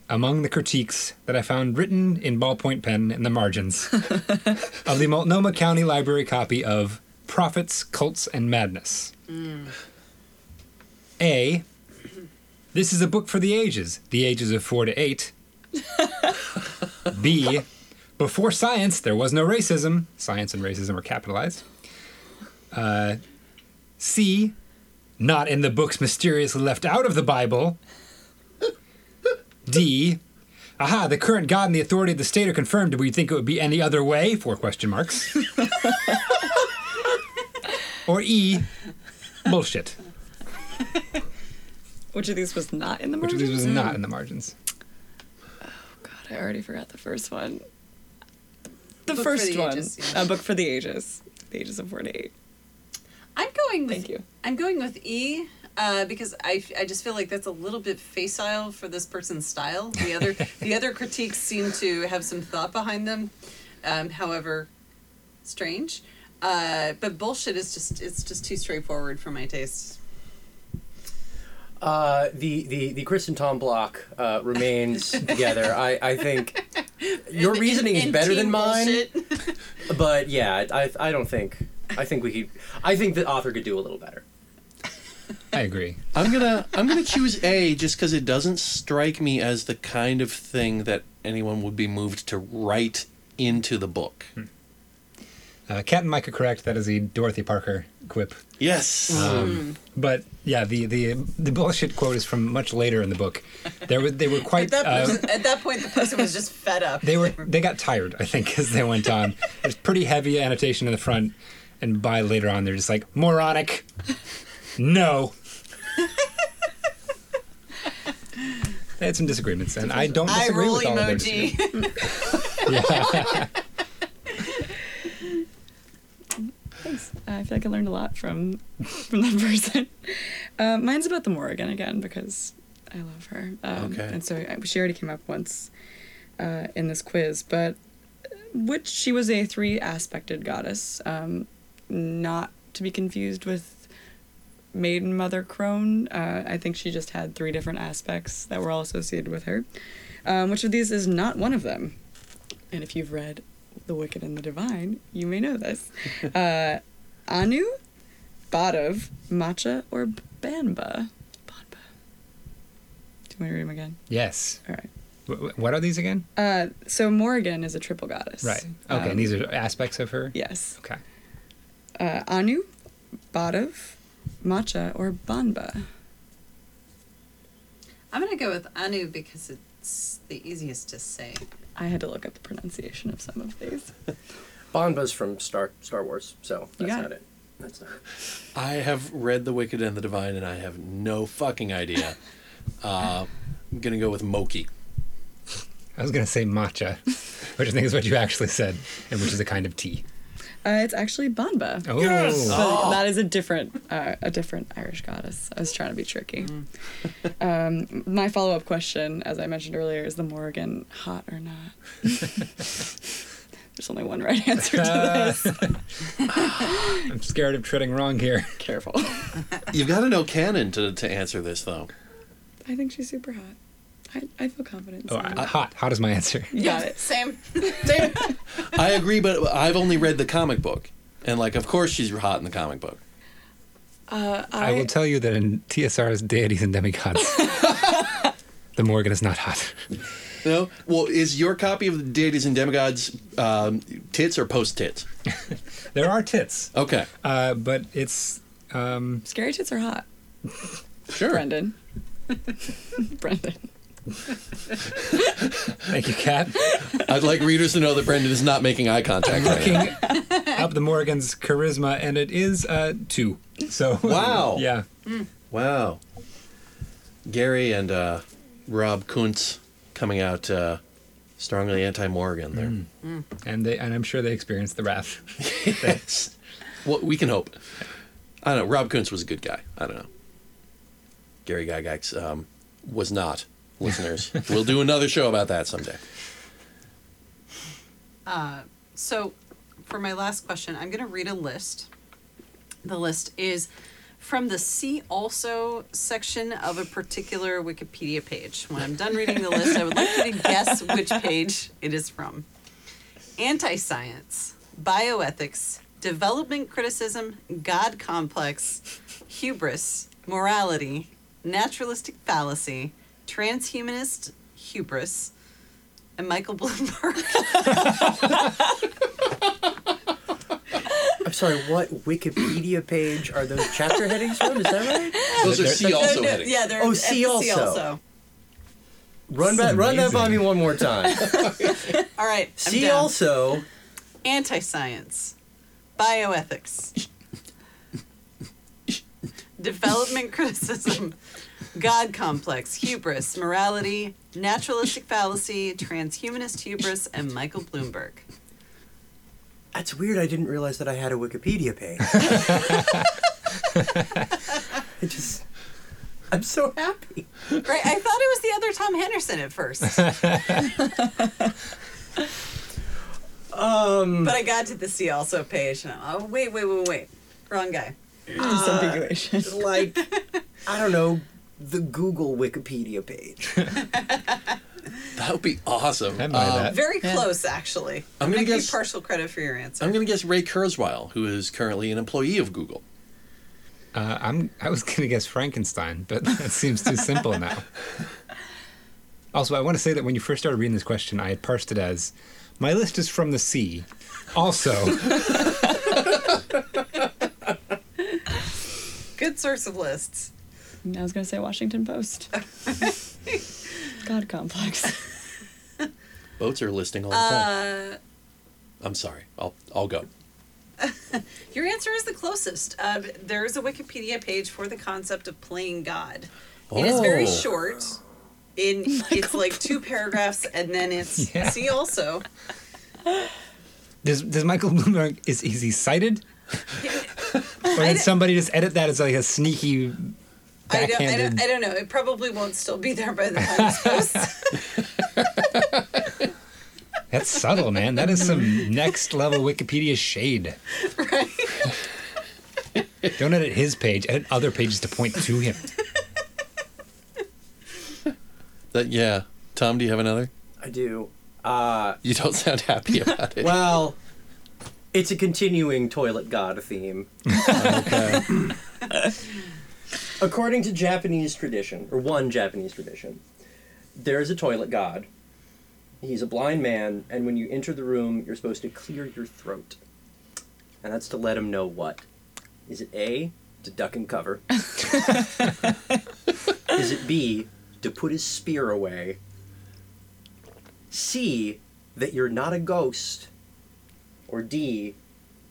E: among the critiques that I found written in ballpoint pen in the margins of the Multnomah County Library copy of Prophets, Cults, and Madness. A. This is a book for the ages, the ages of four to eight. B. Before science, there was no racism. Science and racism are capitalized. Uh, C. Not in the books mysteriously left out of the Bible. D. Aha, the current God and the authority of the state are confirmed. Do we think it would be any other way? Four question marks. or E. Bullshit.
F: Which of these was not in the
E: Which
F: margins?
E: of these was not in the margins.
F: God, I already forgot the first one. The
B: Book for
F: first
B: the
F: one.
B: Ages, yeah.
F: A book for the ages. The ages of 48.
B: I'm going with
F: Thank you.
B: I'm going with E uh, because I, I just feel like that's a little bit facile for this person's style. The other the other critiques seem to have some thought behind them, um, however, strange. Uh, but bullshit is just it's just too straightforward for my taste.
D: Uh, the, the, the Chris and Tom block uh, remains together. I, I think your
B: And-
D: reasoning is
B: and
D: better
B: team
D: than mine,
B: bullshit.
D: but yeah, I, I don't think I think we could. I think the author could do a little better.
E: I agree.
C: I'm gonna I'm gonna choose A just because it doesn't strike me as the kind of thing that anyone would be moved to write into the book.
E: Uh, Cat and Mike are correct. That is a Dorothy Parker quip.
C: Yes.
E: But yeah, the, the the bullshit quote is from much later in the book. There were they were
B: At
E: quite
B: that,
E: uh,
B: person, at that point, the person was just fed up.
E: they were they got tired, I think, as they went on. There's pretty heavy annotation in the front, and by later on, they're just like moronic. No. they had some disagreements, and I don't
G: I
E: disagree
G: roll
E: with all of their
G: emoji.
E: disagreements. Yeah.
F: Thanks. Uh, I feel like I learned a lot from from that person. Uh, mine's about the Morrigan again because I love her. Um,
C: Okay.
F: And so I, she already came up once uh, in this quiz, but which she was a three aspected goddess, um, not to be confused with Maiden Mother Crone. Uh, I think she just had three different aspects that were all associated with her. Um, which of these is not one of them? And if you've read The Wicked and the Divine, you may know this. Uh, Anu, Badav, Matcha, or Banba? Banba. Do you want me to read them again?
E: yes.
F: All right.
E: Wh- wh- What are these again?
F: Uh, so Morrigan is a triple goddess.
E: Right. Okay.
F: Um,
E: and these are aspects of her.
F: Yes.
E: Okay.
F: Uh, Anu, Badav, Matcha, or Banba.
B: I'm gonna go with Anu because it's the easiest to say.
F: I had to look up the pronunciation of some of these.
D: Bonba's from Star Star Wars, so
F: You
D: that's
F: got
D: not
F: it.
D: it. That's not.
C: I have read The Wicked and the Divine, and I have no fucking idea. Uh, I'm gonna go with Moki.
E: I was going to say matcha, which I think is what you actually said, and which is a kind of tea.
F: Uh, it's actually Banba.
E: Oh,
F: But that is a different, uh, a different Irish goddess. I was trying to be tricky. um, my follow-up question, as I mentioned earlier, is the Morrigan hot or not? There's only one right answer to this.
E: I'm scared of treading wrong here.
F: Careful.
C: You've got to know canon to to answer this though.
F: I think she's super hot. I, I feel confident. in
E: Oh,
F: saying
E: I,
F: that.
E: hot. Hot is my answer.
F: you got it.
B: Same.
C: I agree, but I've only read the comic book, and like, of course, she's hot in the comic book.
F: Uh,
E: I, will tell you that in TSR's deities and demigods, the Morgan is not hot.
C: No. Well, is your copy of the deities and demigods um, tits or post tits?
E: There are tits,
C: Okay.
E: uh, but it's um,
F: Scary tits are hot.
C: Sure.
F: Brendan. Brendan.
E: thank you, Kat.
C: I'd like readers to know that Brendan is not making eye contact. right now.
E: Looking up the Morgan's charisma, and it is uh, two. So
C: Wow.
E: yeah,
C: Wow. Gary and uh, Rob Kuntz coming out uh, strongly anti-Morgan there.
E: Mm. and they and I'm sure they experienced the wrath.
C: Yes. Well, we can hope. I don't know. Rob Kuntz was a good guy. I don't know. Gary Gygax um, was not. Listeners, we'll do another show about that someday.
B: So, for my last question, I'm going to read a list. The list is from the See Also section of a particular Wikipedia page. When I'm done reading the list, I would like you to guess which page it is from anti science, bioethics, development criticism, God complex, hubris, morality, naturalistic fallacy, transhumanist hubris, and Michael Bloomberg.
D: I'm sorry, what Wikipedia page are those chapter headings from? Is that right?
C: Those are
E: They're-
C: see also
B: no, no,
C: headings.
B: uh, Yeah, they're
D: Oh,
B: at
D: see
B: the
D: also. Run that, run that by me
E: amazing.
D: one more time.
B: All right. I'm
D: See
B: down.
D: also
B: anti-science, bioethics, development criticism, God complex, hubris, morality, naturalistic fallacy, transhumanist hubris, and Michael Bloomberg.
D: That's weird. I didn't realize that I had a Wikipedia page. I just, I'm so happy.
B: Right? I thought it was the other Tom Henderson at first,
D: Um,
B: but I got to the see also page, and I'm, oh wait, wait, wait, wait, wrong guy.
F: Disambiguation.
D: like, I don't know, the Google Wikipedia page.
C: That would be awesome.
E: I buy
C: Um,
E: that.
B: Very close, actually.
C: I'm
B: I'm
C: gonna
B: gonna give you
C: guess-
B: partial credit for your answer.
C: I'm going to guess Ray Kurzweil, who is currently an employee of Google.
E: Uh, I'm I was gonna guess Frankenstein, but that seems too simple now. Also, I want to say that when you first started reading this question, I had parsed it as, "My list is from the sea." Also,
B: Good source of lists.
F: I was gonna say Washington Post. God complex.
C: Boats are listing all the time. I'm sorry. I'll I'll go.
B: Your answer is the closest. Uh, there is a Wikipedia page for the concept of playing God. It is very
C: Oh.
B: short. In it's like two paragraphs, and then it's
E: Yeah.
B: see also.
E: does does Michael Bloomberg is is he cited? or did somebody just edit that as like a
B: I
E: sneaky
B: don't, I
E: backhanded?
B: don't. I don't know. It probably won't still be there by the time it's posted.
E: That's subtle, man. That is some next level Wikipedia shade. Right. Don't edit his page. Edit other pages to point to him.
C: That yeah. Tom, do you have another?
D: I do. Uh,
C: You don't sound happy about it.
D: well, it's a continuing toilet god theme. According to Japanese tradition, or one Japanese tradition, there is a toilet god. He's a blind man, and when you enter the room, you're supposed to clear your throat. And that's to let him know what. Is it A, to duck and cover? is it B, to put his spear away? C, that you're not a ghost? Or D,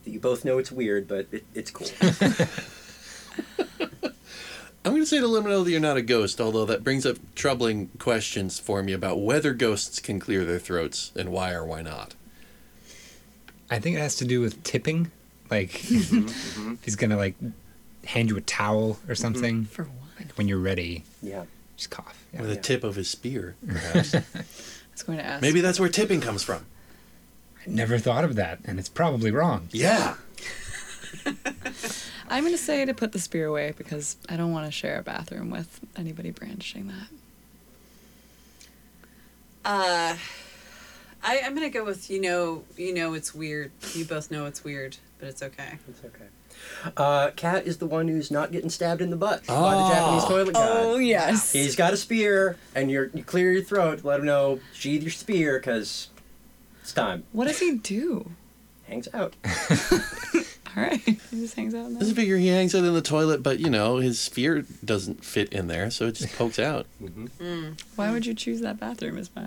D: that you both know it's weird, but it, it's cool.
C: I'm going to say to let me know that you're not a ghost, although that brings up troubling questions for me about whether ghosts can clear their throats and why or why not.
E: I think it has to do with tipping. Like, if he's gonna like hand you a towel or something
F: For what?
E: like, when you're ready.
D: yeah.
E: Just cough.
C: Or
E: Yeah.
C: the
D: Yeah.
C: tip of his spear, perhaps.
F: I was going to ask.
C: Maybe that's where tipping comes from.
E: I never thought of that, and it's probably wrong.
C: Yeah.
F: I'm gonna say to put the spear away because I don't want to share a bathroom with anybody brandishing that.
B: Uh, I, I'm gonna go with you know. You know it's weird. You both know it's weird, but it's okay.
D: It's okay. Uh, Cat is the one who's not getting stabbed in the butt by the Japanese toilet god.
F: Oh yes.
D: He's got a spear, and you're, you clear your throat to let him know, sheathe your spear, because it's time.
F: What does he do?
D: Hangs out.
F: All right, he just hangs out. In
C: This
F: there.
C: figure he hangs out in the toilet, but you know his sphere doesn't fit in there, so it just pokes out.
F: Why would you choose that bathroom? Is my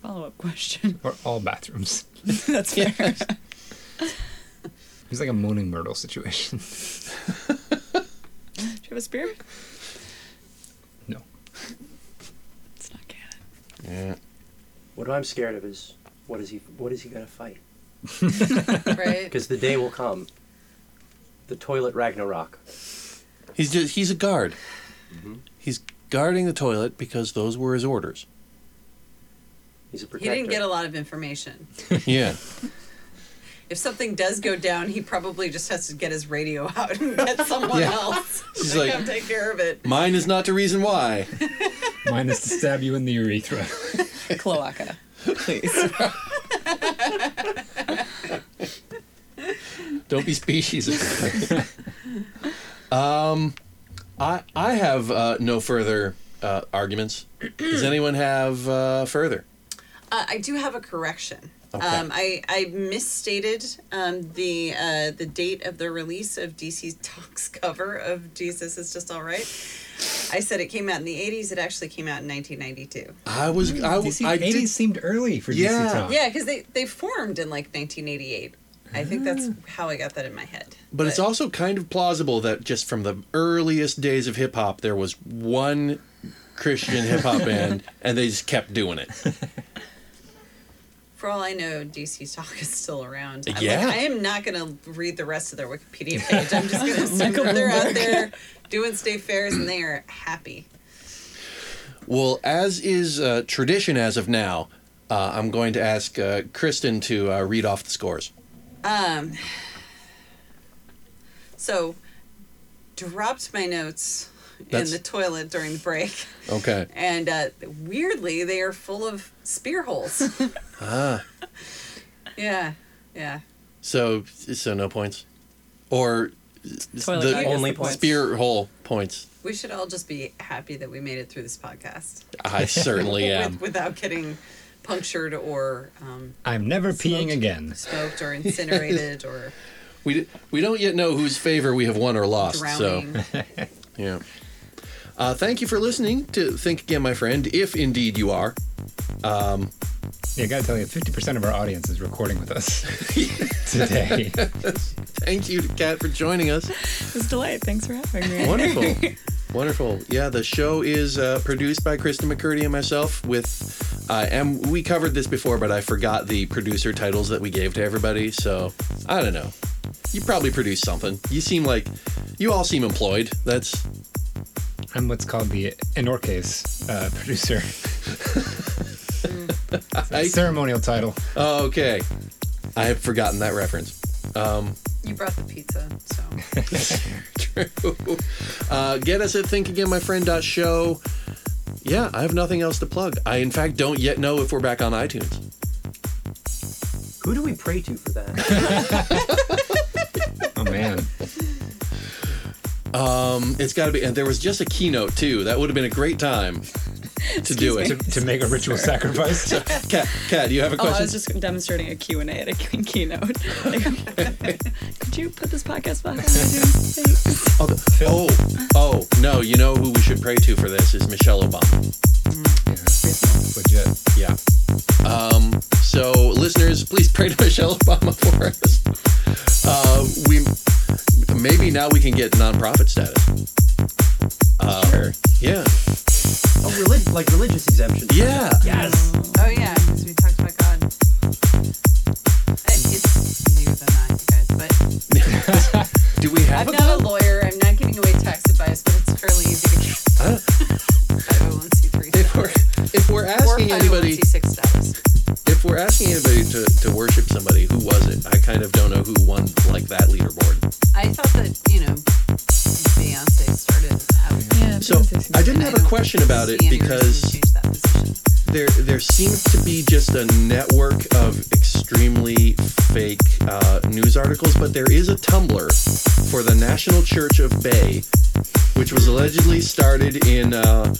F: follow-up question.
E: Or all bathrooms.
F: That's fair.
E: It's like a moaning myrtle situation.
F: Do you have a spear?
E: No.
F: It's not canon.
C: Yeah.
D: What I'm scared of is what is he what is he gonna fight?
B: right?
D: Because the day will come. The toilet Ragnarok.
C: He's just he's a guard. He's guarding the toilet because those were his orders.
D: He's a
B: He
D: protector.
B: didn't get a lot of information.
C: yeah.
B: If something does go down, he probably just has to get his radio out and get someone
C: Yeah.
B: else
C: He's
B: to
C: like- "Mm."
B: come take care of it.
C: Mine is not the reason why.
E: Mine is to stab you in the urethra.
F: Cloaca, please.
C: Don't be species. um, I I have uh, no further uh, arguments. Does anyone have uh, further?
B: Uh, I do have a correction.
C: Okay.
B: Um, I, I misstated um, the uh, the date of the release of DC Talk's cover of Jesus is Just All Right. I said it came out in the 80s. It actually came out in 1992.
C: I was I, was
E: DC
C: I
E: 80s
C: did
E: seemed early for
C: Yeah.
E: DC Talk.
B: Yeah, because they, they formed in like 1988. I think that's
C: Ah.
B: how I got that in my head.
C: But it's also kind of plausible that just from the earliest days of hip hop, there was one Christian hip hop band, and they just kept doing it.
B: For all I know, DC Talk is still around. I'm like,
C: Yeah.
B: I am not going to read the rest of their Wikipedia page. I'm just going to assume that they're out there doing state fairs and they are happy.
C: Well, as is uh, tradition as of now, uh, I'm going to ask uh, Kristen to uh, read off the scores.
B: Um, so, dropped my notes
C: That's-
B: in the toilet during the break,
C: Okay.
B: and uh, weirdly, they are full of spear holes.
C: Ah.
B: yeah, yeah.
C: So so no points, or
F: Toilet
C: the
F: guy
D: gets Only the points.
C: spear hole points.
B: We should all just be happy that we made it through this podcast
C: I certainly am.
B: with, without getting punctured or um,
E: I'm never peeing
B: Smoked.
E: again.
B: smoked or incinerated or
C: We d- we don't yet know whose favor we have won or lost. So.
B: drowning.
C: Yeah. Uh, thank you for listening to Think Again, my friend, if indeed you are.
E: Yeah, I gotta tell you, 50% of our audience is recording with us today.
C: Thank you to Kat for joining us.
F: It was a delight. Thanks for having me.
C: Wonderful. Wonderful. Yeah, the show is uh, produced by Kristen McCurdy and myself with uh, and we covered this before, but I forgot the producer titles that we gave to everybody, so I don't know. You probably produced something. You seem like you all seem employed. That's
E: I'm what's called the Enorcase uh, producer.
C: I-
E: Ceremonial title.
C: oh, okay. I had forgotten that reference.
B: You brought the pizza, so
C: True. Uh, get us at thinkagainmyfriend.show. Yeah, I have nothing else to plug. I, in fact, don't yet know if we're back on iTunes.
D: Who do we pray to for that?
E: Oh man.
C: Um, it's got to be, and there was just a keynote too. That would have been a great time to do
E: to,
C: it.
E: to make a ritual sacrifice.
C: Cat, Cat, do you have a
F: Oh,
C: question?
F: I was just demonstrating a Q&A at a key- keynote. Could you put this podcast back on iTunes? Thanks.
C: oh, the- oh, oh, no, you know who we should pray to for this is Michelle Obama.
E: Yeah, legit.
C: Yeah. Um, so, listeners, please pray to Michelle Obama for us. Uh, we maybe now we can get nonprofit status. Uh, Yeah.
D: oh, relig- like religious exemption.
C: Yeah.
D: Yes.
B: Oh yeah, because we talked about God. I- It's newer than that, you guys. But
C: Do we have
B: I'm
C: a
B: not a lawyer. I'm not giving away tax advice, but it's fairly easy to get Oh,
C: Huh?
B: 501c3
C: If we're if we're
B: or
C: asking anybody
B: 501c6 status.
C: if we're asking anybody to, to worship somebody, who was it? I kind of don't know who won like that leaderboard.
B: I thought that you know Beyonce started. Out.
F: Yeah,
C: So I didn't have a question about it
B: See any reason to
C: because
B: change that position.
C: there there seems to be just a network of extremely fake uh, news articles, but there is a Tumblr for the National Church of Bay, which was allegedly started in uh,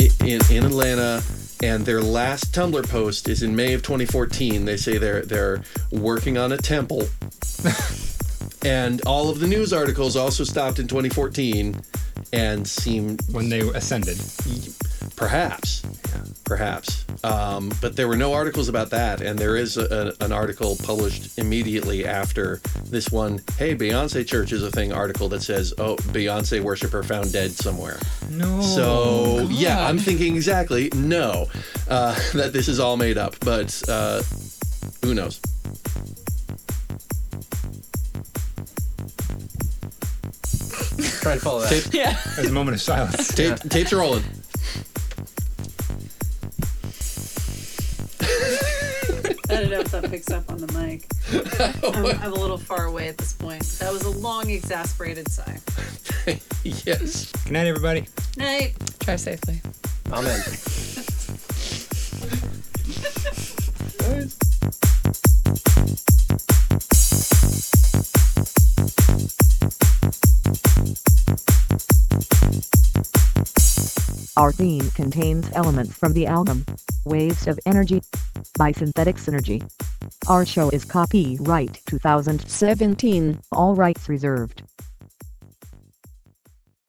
C: i- in, in Atlanta. And their last Tumblr post is in May of 2014. They say they're they're working on a temple, and all of the news articles also stopped in 2014, and seem
E: when they ascended.
C: Perhaps, perhaps. Um, but there were no articles about that, and there is a, a, an article published immediately after this one. Hey, Beyonce Church is a thing. Article that says, "Oh, Beyonce worshiper found dead somewhere."
E: No.
C: So yeah, I'm thinking exactly no uh, that this is all made up, but uh, who knows?
D: Try to follow that.
C: Tape,
F: Yeah.
E: there's a moment of silence.
C: tape, tapes are rolling.
G: I don't know if that picks up on the mic. I'm, I'm a little far away at this point. That was a long, exasperated sigh.
C: yes.
E: Good night, everybody.
G: Night.
F: Try safely.
D: Amen.
H: Our theme contains elements from the album Waves of Energy by Synthetic Synergy. Our show is copyright 2017, all rights reserved.